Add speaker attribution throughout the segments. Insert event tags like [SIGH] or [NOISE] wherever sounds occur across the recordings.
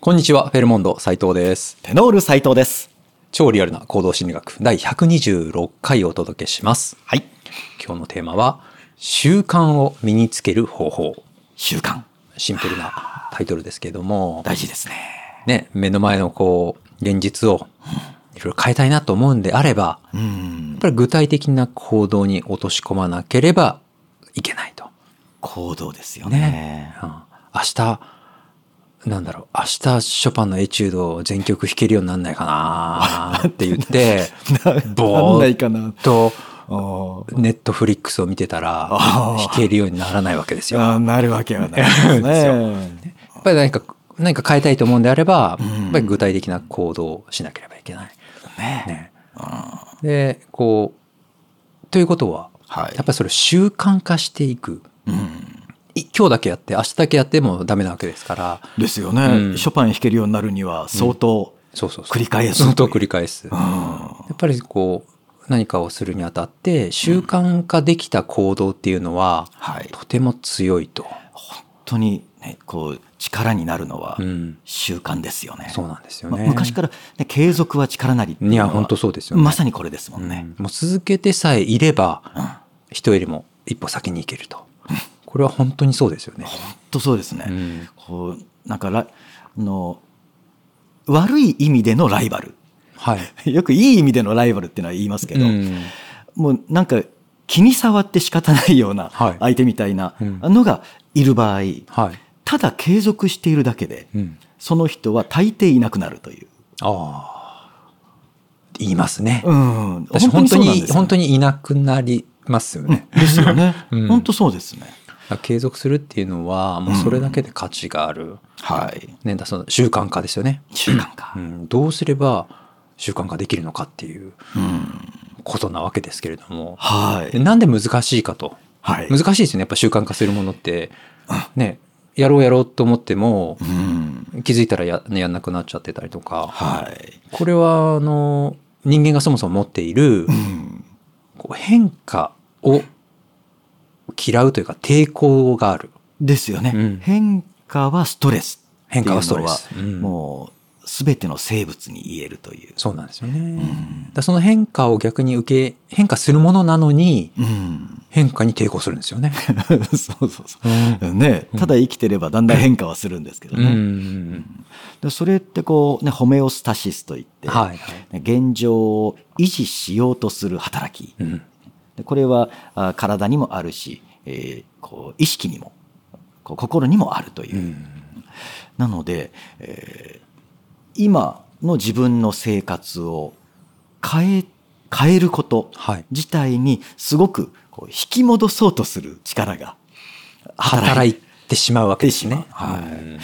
Speaker 1: こんにちは、フェルモンド斉藤です。
Speaker 2: テノール斉藤です。
Speaker 1: 超リアルな行動心理学第126回をお届けします。
Speaker 2: はい。
Speaker 1: 今日のテーマは、習慣を身につける方法。
Speaker 2: 習慣。
Speaker 1: シンプルなタイトルですけれども、
Speaker 2: 大事ですね。
Speaker 1: ね、目の前のこう、現実をいろいろ変えたいなと思うんであれば、やっ
Speaker 2: うん。
Speaker 1: ぱり具体的な行動に落とし込まなければいけないと。
Speaker 2: 行動ですよね。
Speaker 1: ねうん明日、なんだろう、明日ショパンのエチュードを全曲弾けるようになんないかなーって言って、
Speaker 2: [LAUGHS] なんないかな。
Speaker 1: と、
Speaker 2: あー
Speaker 1: ネットフリックスを見てたら、
Speaker 2: あー
Speaker 1: 弾けるようにならないわけですよ。や
Speaker 2: あー、なるわけはないですね。
Speaker 1: っぱり何か、何か変えたいと思うんであれば、
Speaker 2: ん
Speaker 1: やっぱり具体的な行動をしなければいけない。
Speaker 2: ね
Speaker 1: ね。
Speaker 2: は
Speaker 1: で、こう、ということは、
Speaker 2: い
Speaker 1: やっぱりそれを習慣化していく。
Speaker 2: うん。
Speaker 1: い今日だけやって、明日だけやってもダメなわけですから、
Speaker 2: ですよ
Speaker 1: うん
Speaker 2: ね。ショパン弾けるようになるには相当。
Speaker 1: そうそうそう。
Speaker 2: 繰り返す
Speaker 1: 相当繰り返す。
Speaker 2: う
Speaker 1: や
Speaker 2: ん。
Speaker 1: っぱりこう、何かをするにあたって、習慣化できた行動っていうのは、
Speaker 2: はい。
Speaker 1: とても強いと。
Speaker 2: 本当にね、こう力になるのは
Speaker 1: うん。
Speaker 2: 習慣ですよね。
Speaker 1: そうなんですよ
Speaker 2: まあ
Speaker 1: ね。
Speaker 2: 昔からね継続は力なりってうの
Speaker 1: いや
Speaker 2: は
Speaker 1: 本当そうですよね
Speaker 2: まさにこれですもんね。
Speaker 1: うんもう続けてさえいれば、
Speaker 2: うん
Speaker 1: 人よりも一歩先に行けると。これは本当にそうですよね。
Speaker 2: 本当そうですね、
Speaker 1: うん
Speaker 2: こうなんからあの悪い意味でのライバル [LAUGHS]
Speaker 1: はい。
Speaker 2: よくいい意味でのライバルっていうのは言いますけど、
Speaker 1: うん
Speaker 2: もうなんか気に触って仕方ないような
Speaker 1: はい
Speaker 2: 相手みたいな
Speaker 1: うん
Speaker 2: のがいる場合、
Speaker 1: はい。
Speaker 2: ただ継続しているだけで
Speaker 1: うん。
Speaker 2: その人は大抵いなくなるという、
Speaker 1: ああ。言いますね。
Speaker 2: うん、
Speaker 1: 私本当
Speaker 2: そうなん
Speaker 1: に、
Speaker 2: ですよ
Speaker 1: 本当にいなくなりますよね。
Speaker 2: ですよね、
Speaker 1: うん
Speaker 2: 本当そうですね
Speaker 1: 継続するっていうのは、もうそれだけで価値がある。
Speaker 2: はい
Speaker 1: ね、だその習慣化ですよね。
Speaker 2: 習慣か、
Speaker 1: うん。どうすれば習慣化できるのかっていう
Speaker 2: うん
Speaker 1: ことなわけですけれども。
Speaker 2: は
Speaker 1: で
Speaker 2: い、
Speaker 1: なんで難しいかと。
Speaker 2: はい
Speaker 1: 難しいですよねやっぱ習慣化するものって、ね、やろうやろうと思っても
Speaker 2: うん、
Speaker 1: 気づいたらややんなくなっちゃってたりとか
Speaker 2: はい、
Speaker 1: これはあの人間がそもそも持っている
Speaker 2: うん
Speaker 1: こう変化を嫌うというか抵抗がある
Speaker 2: ですよね、
Speaker 1: うん
Speaker 2: 変化はストレスって
Speaker 1: 変
Speaker 2: いう
Speaker 1: 化
Speaker 2: のは
Speaker 1: はストレス、うん
Speaker 2: もう全ての生物に言えるという、
Speaker 1: そうなんですよね、
Speaker 2: ん
Speaker 1: だからその変化を逆に受け変化するものなのに
Speaker 2: うん、
Speaker 1: 変化に抵抗するんですよね。
Speaker 2: [LAUGHS] そうそうそう、ねただ生きてればだんだん変化はするんですけど
Speaker 1: う
Speaker 2: ね、
Speaker 1: ん
Speaker 2: でそれってこう、ね、ホメオスタシスといって、
Speaker 1: はい、
Speaker 2: 現状を維持しようとする働き
Speaker 1: うん
Speaker 2: でこれはあ体にもあるし、えーこう意識にもこう心にもあるというう、
Speaker 1: ん
Speaker 2: なので、えー今の自分の生活を変え、変えること
Speaker 1: はい、
Speaker 2: 自体にすごくこう引き戻そうとする力が
Speaker 1: 働いてしまうわけですね。
Speaker 2: てしまうはい
Speaker 1: うん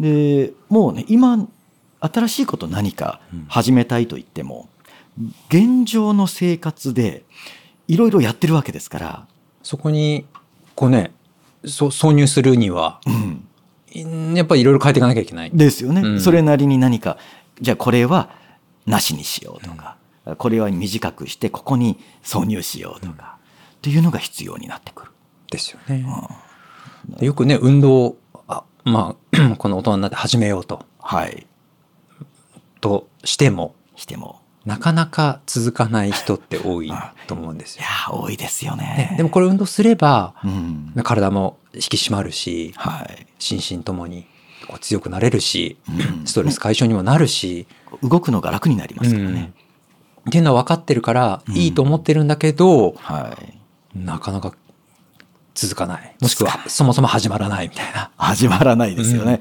Speaker 2: で、もうね、今、新しいこと何か
Speaker 1: うん
Speaker 2: 始めたいと言っても、現状の生活でいろいろやってるわけですから、
Speaker 1: そこに、こうね、そ挿入するには、
Speaker 2: うん
Speaker 1: んやっぱりいろいろ変えていかなきゃいけない。
Speaker 2: ですよね、
Speaker 1: うん
Speaker 2: それなりに何かじゃあこれはなしにしようとか、これは短くしてここに挿入しようとか、っていうのが必要になってくる、
Speaker 1: ですよね
Speaker 2: うん。
Speaker 1: でよくね、運動を、あまあ、 [CLEARS THROAT] この大人になって始めようと、
Speaker 2: はい
Speaker 1: としても、
Speaker 2: しても
Speaker 1: なかなか続かない人って多いと思うんです
Speaker 2: い
Speaker 1: よ
Speaker 2: や。ー多いですよね
Speaker 1: ね、でもこれ運動すれば、
Speaker 2: うん
Speaker 1: 体も引き締まるし、
Speaker 2: はい、
Speaker 1: 心身ともにこう強くなれるし、
Speaker 2: うん
Speaker 1: ストレス解消にもなるし、
Speaker 2: 動くのが楽になりますからね、
Speaker 1: っていうのは分かってるから、
Speaker 2: うん
Speaker 1: いいと思ってるんだけど、
Speaker 2: はい
Speaker 1: なかなか続かない。もしく
Speaker 2: 続か
Speaker 1: は、そもそも始まらないみたいな。
Speaker 2: 始まらないですよね、
Speaker 1: うん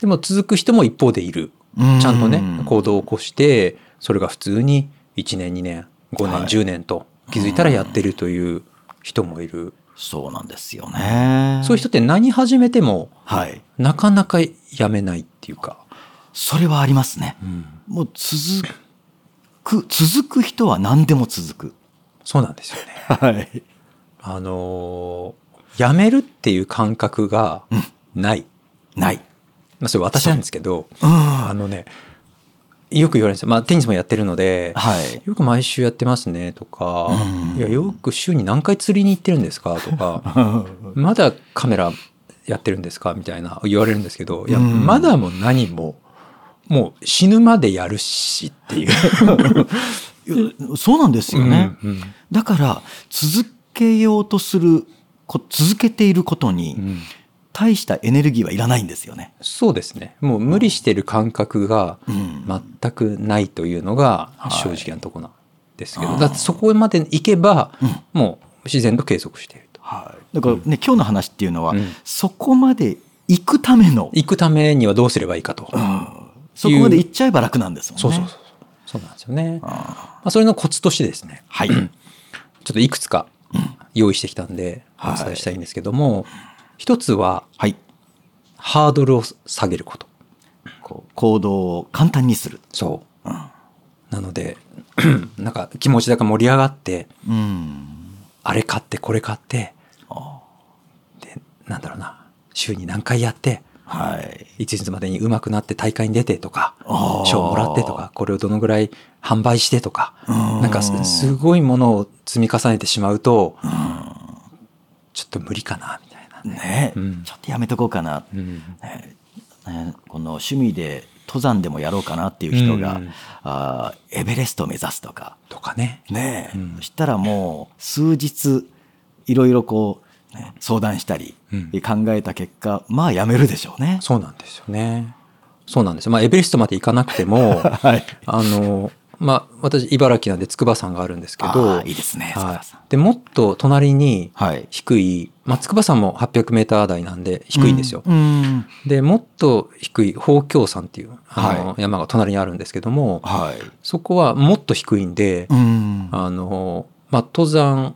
Speaker 1: でも続く人も一方でいる。
Speaker 2: う
Speaker 1: ちゃんとね、行
Speaker 2: こ
Speaker 1: 動を起こして、それが普通に1年、2年、5年、
Speaker 2: はい
Speaker 1: 10年と気づいたらやってるという人もいる。
Speaker 2: うそうなんですよね
Speaker 1: そういう人って何始めても、
Speaker 2: はい
Speaker 1: なかなかやめないっていうか。
Speaker 2: それはありますね
Speaker 1: うん
Speaker 2: もう続く続く人は何でも続く
Speaker 1: そうなんですよね。
Speaker 2: はい
Speaker 1: あのーやめるっていう感覚がない。
Speaker 2: ない。
Speaker 1: まあ、それ私なんですけど、
Speaker 2: うん。
Speaker 1: あ
Speaker 2: は
Speaker 1: のね、よく言われるんですよ。まあ、テニスもやってるので、
Speaker 2: い。
Speaker 1: よく毎週やってますねとか、
Speaker 2: うん [LAUGHS]
Speaker 1: いやよく週に何回釣りに行ってるんですかとかまだカメラやってるんですかみたいな言われるんですけど、いや、
Speaker 2: うん
Speaker 1: まだも何も、もう死ぬまでやるしっていう。
Speaker 2: [LAUGHS] いやそうなんですよね。
Speaker 1: うんうん
Speaker 2: だから続けようとするこ続けていること
Speaker 1: う
Speaker 2: に
Speaker 1: ん
Speaker 2: 大したエネルギーはいらないんですよね。
Speaker 1: そうですね。もう無理してる感覚が
Speaker 2: うん
Speaker 1: 全くないというのが
Speaker 2: はい
Speaker 1: 正直なとこなんですけ
Speaker 2: あ
Speaker 1: ど、
Speaker 2: ー
Speaker 1: だってそこまで行けば、もう自然と継続していると。
Speaker 2: はい、だからね、今日の話っていうのは、
Speaker 1: うん
Speaker 2: そこまで行くための、
Speaker 1: 行くためにはどうすればいいかと。
Speaker 2: うんそこまで行っちゃえば楽なんですもんね。
Speaker 1: そうそうそうそう。そうなんですよね。ま
Speaker 2: あ
Speaker 1: あ、それのコツとしてですね、
Speaker 2: ーは
Speaker 1: [CLEARS THROAT]
Speaker 2: い。
Speaker 1: ちょっといくつか用意してきたんで、お
Speaker 2: はい
Speaker 1: 伝えしたいんですけども、一つは
Speaker 2: はい。
Speaker 1: ハードルを下げること。
Speaker 2: こう行動を簡単にする。
Speaker 1: そう。
Speaker 2: うん
Speaker 1: なので、 [CLEARS THROAT] なんか気持ちだけ盛り上がって、
Speaker 2: うん。
Speaker 1: あれ買ってこれ買って、
Speaker 2: あ
Speaker 1: で、なんだろうな、週に何回やって、
Speaker 2: ーはい。
Speaker 1: 一日までに上手くなって大会に出てとか
Speaker 2: あー、
Speaker 1: 賞もらってとか、これをどのぐらい販売してとか、
Speaker 2: うん
Speaker 1: なんかすすごいものを積み重ねてしまうと、ちょっと無理かな、みたいなね。
Speaker 2: ね、
Speaker 1: うん
Speaker 2: ちょっとやめとこうかな、
Speaker 1: うん
Speaker 2: ねねこの趣味で登山でもやろうかなっていう人が、
Speaker 1: うん
Speaker 2: あーエベレストを目指すとか、
Speaker 1: とかね。
Speaker 2: ね
Speaker 1: うん
Speaker 2: そしたらもう数日いろいろこう、ね相談したり
Speaker 1: うん
Speaker 2: 考えた結果、まあやめるでしょうね。
Speaker 1: そうなんですよね。そうなんですよ。まあ、エベレストまで行かなくて
Speaker 2: [LAUGHS]
Speaker 1: も、
Speaker 2: はい、
Speaker 1: あの、まあ、私、茨城なんで筑波山があるんですけ
Speaker 2: あ
Speaker 1: ど
Speaker 2: ー、いいですね、塚
Speaker 1: は
Speaker 2: 田さん
Speaker 1: い、でもっと隣に
Speaker 2: はい、
Speaker 1: 低い、まあ、筑波山も800メーター台なんで低いんですよ。
Speaker 2: うんうん
Speaker 1: で、もっと低い宝鏡山っていうあの、
Speaker 2: は
Speaker 1: 山が隣にあるんですけども、
Speaker 2: はい、
Speaker 1: そこはもっと低いんで、
Speaker 2: うん
Speaker 1: あの、まあ、登山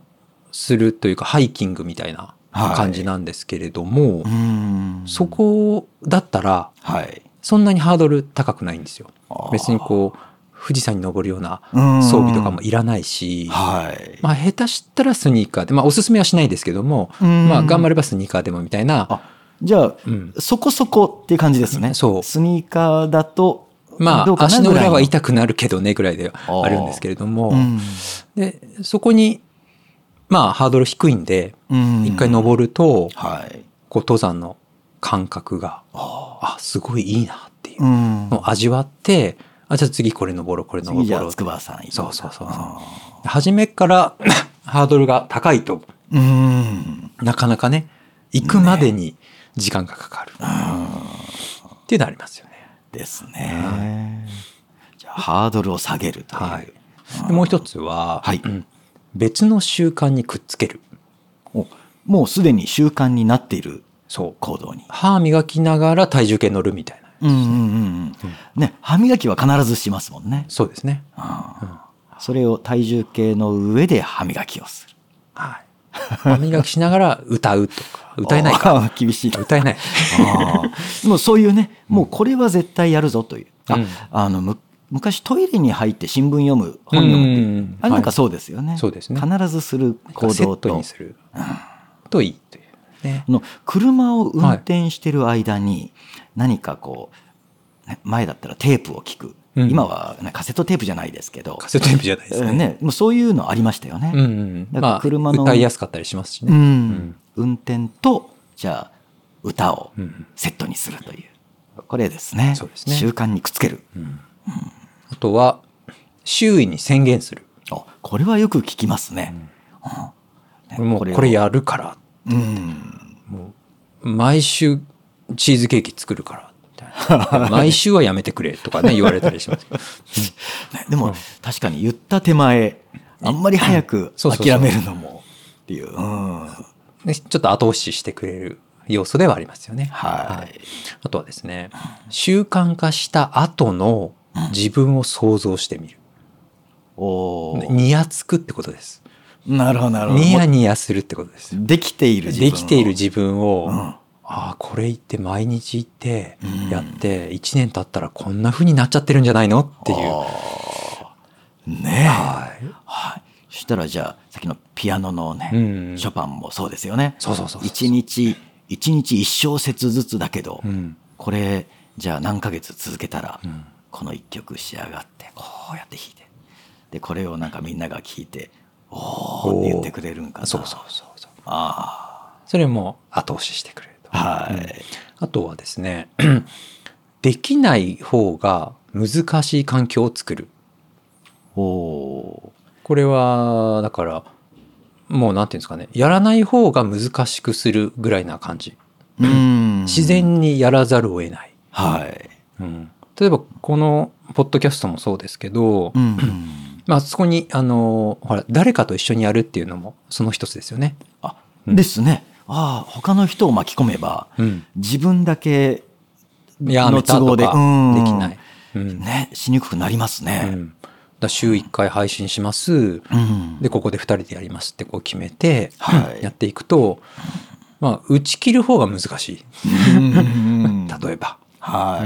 Speaker 1: するというかハイキングみたいな
Speaker 2: はい
Speaker 1: 感じなんですけれども、
Speaker 2: うん
Speaker 1: そこだったら
Speaker 2: はい、
Speaker 1: そんなにハードル高くないんですよ
Speaker 2: あー。
Speaker 1: 別にこう、富士山に登るような
Speaker 2: うん
Speaker 1: 装備とかもいらないし、
Speaker 2: はい、
Speaker 1: まあ、下手したらスニーカーで、まあ、おすすめはしないですけども、
Speaker 2: うん
Speaker 1: まあ、頑張ればスニーカーでもみたいな、
Speaker 2: あじゃあ、
Speaker 1: うん
Speaker 2: そこそこっていう感じですね。
Speaker 1: そう
Speaker 2: スニーカーだと、
Speaker 1: ま
Speaker 2: どう
Speaker 1: あ、
Speaker 2: かな
Speaker 1: 足の裏は
Speaker 2: ぐらい
Speaker 1: 痛くなるけどねぐらいで
Speaker 2: ー
Speaker 1: あるんですけれども、
Speaker 2: うん
Speaker 1: でそこに、まあ、ハードル低いんで、
Speaker 2: うん
Speaker 1: 一回登ると、
Speaker 2: はい。
Speaker 1: こう登山の感覚が、
Speaker 2: あ
Speaker 1: あ、すごいいいなっていう
Speaker 2: ーうん
Speaker 1: のを味わって、あ、じゃあ次これ登ろう、これ
Speaker 2: 次
Speaker 1: 登
Speaker 2: じ
Speaker 1: ろ
Speaker 2: ゃ
Speaker 1: う
Speaker 2: あ、
Speaker 1: って
Speaker 2: 筑波さん行こか
Speaker 1: そうそうそうそう。初めから [COUGHS] ハードルが高いと、
Speaker 2: うん。うん
Speaker 1: なかなかね、行くまでに時間がかかる。っていうのはありますよね。
Speaker 2: ですね。じゃあ、ハードルを下げるという。
Speaker 1: はい。でもう一つは、
Speaker 2: はい
Speaker 1: うん別の習慣にくっつける。
Speaker 2: おもうすでに習慣になっている
Speaker 1: そう。
Speaker 2: 行動に。
Speaker 1: 歯磨きながら体重計乗るみたいな。
Speaker 2: うんうんうんうん。ね、歯磨きは必ずしますもんね。
Speaker 1: そうですね。
Speaker 2: あーそれを体重計の上で歯磨きをする。 [LAUGHS]
Speaker 1: はい。歯磨きしながら [LAUGHS] 歌うとか、歌えないか。
Speaker 2: か。 [LAUGHS] 厳しいな。
Speaker 1: 歌えない。
Speaker 2: あーもうそういうね、もうこれは絶対やるぞという。あ、
Speaker 1: うん
Speaker 2: あのむ昔トイレに入って新聞読む、本読むっていううん
Speaker 1: うんうん
Speaker 2: あれなんかそうですよね。
Speaker 1: いそうですね
Speaker 2: 必ずする行
Speaker 1: セ
Speaker 2: 動
Speaker 1: ット
Speaker 2: と
Speaker 1: に、するといいというね
Speaker 2: あ。の車を運転してる間に何かこう、ね前だったらテープを聞く。
Speaker 1: うん
Speaker 2: 今は、ね、カセットテープじゃないですけど、
Speaker 1: カセットテープじゃないです
Speaker 2: えー
Speaker 1: ね。
Speaker 2: ね、もうそういうのありましたよね。
Speaker 1: うんうん、
Speaker 2: だから
Speaker 1: まあ、
Speaker 2: 車の
Speaker 1: 歌いやすかったりしますし
Speaker 2: う
Speaker 1: ね。
Speaker 2: ん運転とじゃあ歌を
Speaker 1: うん
Speaker 2: セットにするというこれですね
Speaker 1: そうですね
Speaker 2: 習慣にくっつける、
Speaker 1: あとは、周囲に宣言する。
Speaker 2: あこれはよく聞きますね,うん、ね
Speaker 1: もうこれやるから。
Speaker 2: うん
Speaker 1: 毎週チーズケーキ作るから。み
Speaker 2: [LAUGHS]
Speaker 1: たいな毎週はやめてくれとかね、言われたりしますけど。
Speaker 2: ねでも、確かに言った手前あんまり早く
Speaker 1: そうそうそう
Speaker 2: 諦めるのもっていう、うん
Speaker 1: ねちょっと後押ししてくれる要素ではありますよね。
Speaker 2: はい、
Speaker 1: あとはですね、習慣化した後の自分を想像してみる。
Speaker 2: おー
Speaker 1: ニヤつくってことです。
Speaker 2: なるほどなるほど
Speaker 1: ニヤ
Speaker 2: も
Speaker 1: ニヤするってことです。
Speaker 2: うできている自
Speaker 1: で
Speaker 2: 分
Speaker 1: きている
Speaker 2: 分
Speaker 1: 自分を、
Speaker 2: ん
Speaker 1: ああ、これ言って毎日行って
Speaker 2: うん、
Speaker 1: やって、1年経ったらこんな風になっちゃってるんじゃないのっていう。
Speaker 2: ねえ
Speaker 1: はい
Speaker 2: はい。そしたらじゃあ、さっきのピアノのね、
Speaker 1: うん
Speaker 2: ショパンもそうですよね。
Speaker 1: そうそうそうそう
Speaker 2: 一日、一日一小節ずつだけど、
Speaker 1: うん
Speaker 2: これ、じゃあ何ヶ月続けたら、
Speaker 1: ん
Speaker 2: この一曲仕上がって、こうやって弾いて。で、これをなんかみんなが聴
Speaker 1: [LAUGHS]
Speaker 2: いて、おーって言ってくれるんかな。
Speaker 1: そうそうそうそう。
Speaker 2: あ
Speaker 1: それも後押ししてくれると。
Speaker 2: はい。
Speaker 1: あとはですね [CLEARS THROAT] できない方が難しい環境を作る
Speaker 2: お
Speaker 1: これはだからもうなんていうんですかねやらない方が難しくするぐらいな感じ
Speaker 2: ーうん
Speaker 1: 自然にやらざるを得ない、
Speaker 2: はい。
Speaker 1: うん例えばこのポッドキャストもそうですけど、
Speaker 2: うん
Speaker 1: まあ、そこにあのほら誰かと一緒にやるっていうのもその一つですよね。
Speaker 2: あ
Speaker 1: うん
Speaker 2: ですね。ああ他の人を巻き込めば
Speaker 1: うん、
Speaker 2: 自分だけ
Speaker 1: やめた
Speaker 2: の都
Speaker 1: とか
Speaker 2: 合
Speaker 1: で
Speaker 2: で
Speaker 1: き
Speaker 2: うん
Speaker 1: ない。うん
Speaker 2: ねしにくくなります
Speaker 1: う
Speaker 2: ね。
Speaker 1: んだから週1回配信します、
Speaker 2: うん
Speaker 1: でここで2人でやりますってこう決めて、
Speaker 2: はい
Speaker 1: やっていくと、まあ、打ち切る方が難しい [LAUGHS]
Speaker 2: うん
Speaker 1: 例えば。
Speaker 2: は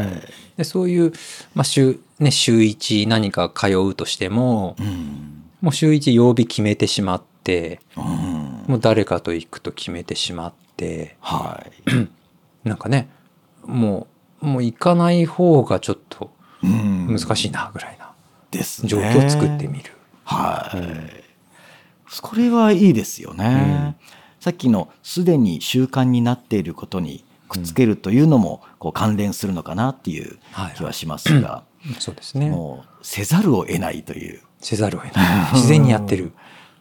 Speaker 1: でそういう、まあ週ね、週1何か通うとしても
Speaker 2: い。うん
Speaker 1: もう週1曜日決めてしまって
Speaker 2: うん
Speaker 1: もう誰かと行くと決めてしまって
Speaker 2: はい。
Speaker 1: なんかねもうもう行かない方がちょっと
Speaker 2: 難
Speaker 1: 難しいなぐらいな
Speaker 2: ですね。
Speaker 1: 状況を作ってみる。
Speaker 2: はい、これはいいですよね、さっきのすでに習慣になっていることにくっつけるというのもこう関連するのかなっていう
Speaker 1: はい
Speaker 2: 気はしますが、
Speaker 1: そうですね
Speaker 2: もうせざるを得ないという
Speaker 1: せざるを得
Speaker 2: [LAUGHS]
Speaker 1: ない自然にやってる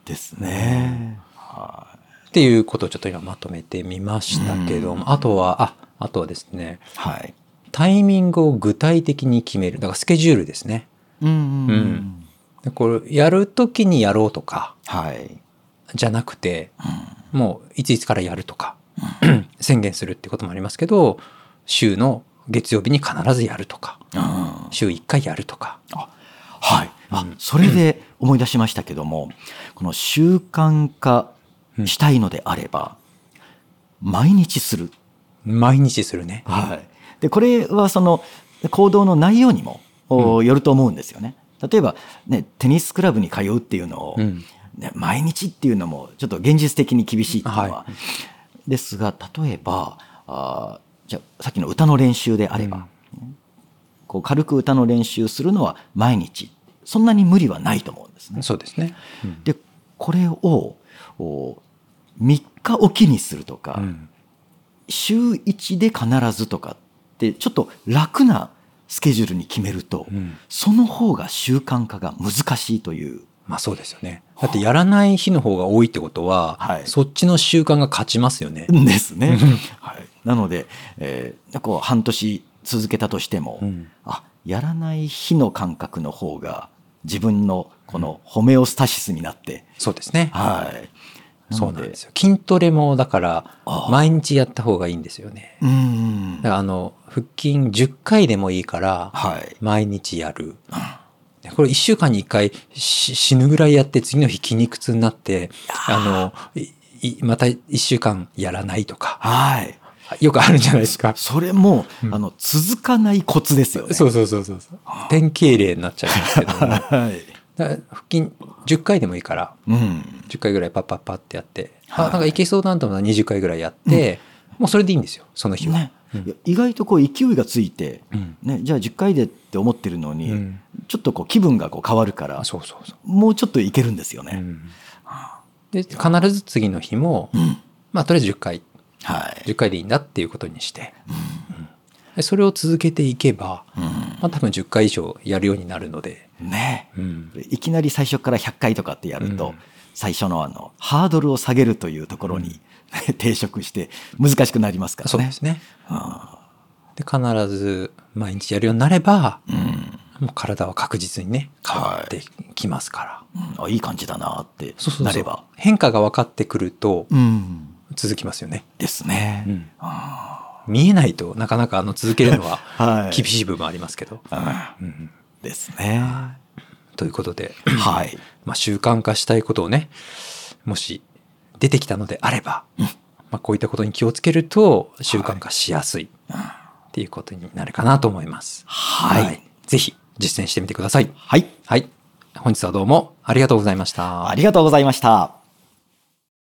Speaker 2: ですね、は
Speaker 1: っていうことをちょっと今まとめてみましたけども、あとはああとはですね
Speaker 2: い、はい、
Speaker 1: タイミングを具体的に決めるだからスケジュールですね
Speaker 2: うんうんうん
Speaker 1: うんでこれやるときにやろうとか
Speaker 2: はい、
Speaker 1: じゃなくてもういついつからやるとか [CLEARS THROAT] 宣言するってこともありますけど週の月曜日に必ずやるとか
Speaker 2: うんうん
Speaker 1: 週1回やるとか
Speaker 2: はい、あそれで思い出しましたけども、この習慣化したいのであれば、毎日する
Speaker 1: 毎日するね。
Speaker 2: はい、でこれはその行動の内容にも、およると思うんですよね。例えば、ね、テニスクラブに通うっていうのを、
Speaker 1: うん
Speaker 2: ね、毎日っていうのもちょっと現実的に厳しいっていうのは、
Speaker 1: は
Speaker 2: ですが例えばあーじゃあさっきの歌の練習であれば、こう軽く歌の練習するのは毎日そんなに無理はないと思うんですね。
Speaker 1: そうですね。
Speaker 2: でこれをお3日おきにするとか、
Speaker 1: うん
Speaker 2: 週1で必ずとかってちょっと楽なスケジュールに決めると、
Speaker 1: うん
Speaker 2: その方が習慣化が難しいという
Speaker 1: まあそうですよね。だってやらない日の方が多いってことは、
Speaker 2: はい
Speaker 1: そっちの習慣が勝ちますよね。
Speaker 2: んですね。はい、なので、えーこう半年続けたとしても、
Speaker 1: うん
Speaker 2: あやらない日の感覚の方が自分のこのホメオスタシスになって、
Speaker 1: そうですね。
Speaker 2: はい、
Speaker 1: そうなんです
Speaker 2: よ。
Speaker 1: よ。筋トレもだから
Speaker 2: ああ
Speaker 1: 毎日やった方がいいんですよね。
Speaker 2: うん
Speaker 1: だからあの腹筋10回でもいいから
Speaker 2: はい、
Speaker 1: 毎日やる。でこれ1週間に1回し死ぬぐらいやって次の日筋肉痛になってあのいいまた1週間やらないとか
Speaker 2: はい、
Speaker 1: よくあるじゃないですか。
Speaker 2: それも、あの続かないコツですよね。
Speaker 1: そうそうそうそうそう。典型例になっちゃいますけ
Speaker 2: [LAUGHS]
Speaker 1: どもだか
Speaker 2: はい、
Speaker 1: ら腹筋10回でもいいから
Speaker 2: うん、
Speaker 1: 10回ぐらいパッパッパッってやって、
Speaker 2: は
Speaker 1: あ
Speaker 2: い
Speaker 1: なんかいけそうだなと思ったら20回ぐらいやって、もうそれでいいんですよその日は。
Speaker 2: ねいや意外とこう勢いがついて、
Speaker 1: うん
Speaker 2: ね、じゃあ10回でって思ってるのに、
Speaker 1: うん
Speaker 2: ちょっとこう気分がこう変わるから
Speaker 1: あそうそうそう。
Speaker 2: もうちょっといけるんですよね。
Speaker 1: うんで必ず次の日も、まあとりあえず10回
Speaker 2: はい
Speaker 1: 10回でいいんだっていうことにして、うんでそれを続けていけば、まあ、多分10回以上やるようになるので、
Speaker 2: ね
Speaker 1: うん
Speaker 2: いきなり最初から100回とかってやると、
Speaker 1: うん
Speaker 2: 最初のあのハードルを下げるというところに、 [LAUGHS] 抵触して難しくなりますからね。
Speaker 1: そうですね。
Speaker 2: あ
Speaker 1: で必ず毎日やるようになれば、
Speaker 2: ーうん
Speaker 1: もう体は確実にね変わってきますから、
Speaker 2: うんあいい感じだなって
Speaker 1: そうそうそう
Speaker 2: なれば。
Speaker 1: 変化が分かってくると
Speaker 2: うん
Speaker 1: 続きますよね、
Speaker 2: ですね。
Speaker 1: うん
Speaker 2: あ
Speaker 1: 見えないとなかなかあの続けるの [LAUGHS] は
Speaker 2: はい
Speaker 1: 厳しい部分ありますけど、
Speaker 2: ーうん
Speaker 1: うん
Speaker 2: ですね。
Speaker 1: ということで、
Speaker 2: はい。
Speaker 1: まあ、習慣化したいことをねもし出てきたのであれば、まあ、こういったことに気をつけると習慣化しやすいっていうことになるかなと思います。
Speaker 2: はい
Speaker 1: ぜひ実践してみてください。
Speaker 2: はい。
Speaker 1: はい、本日はどうもありがとうございました
Speaker 2: あ。りがとうございました。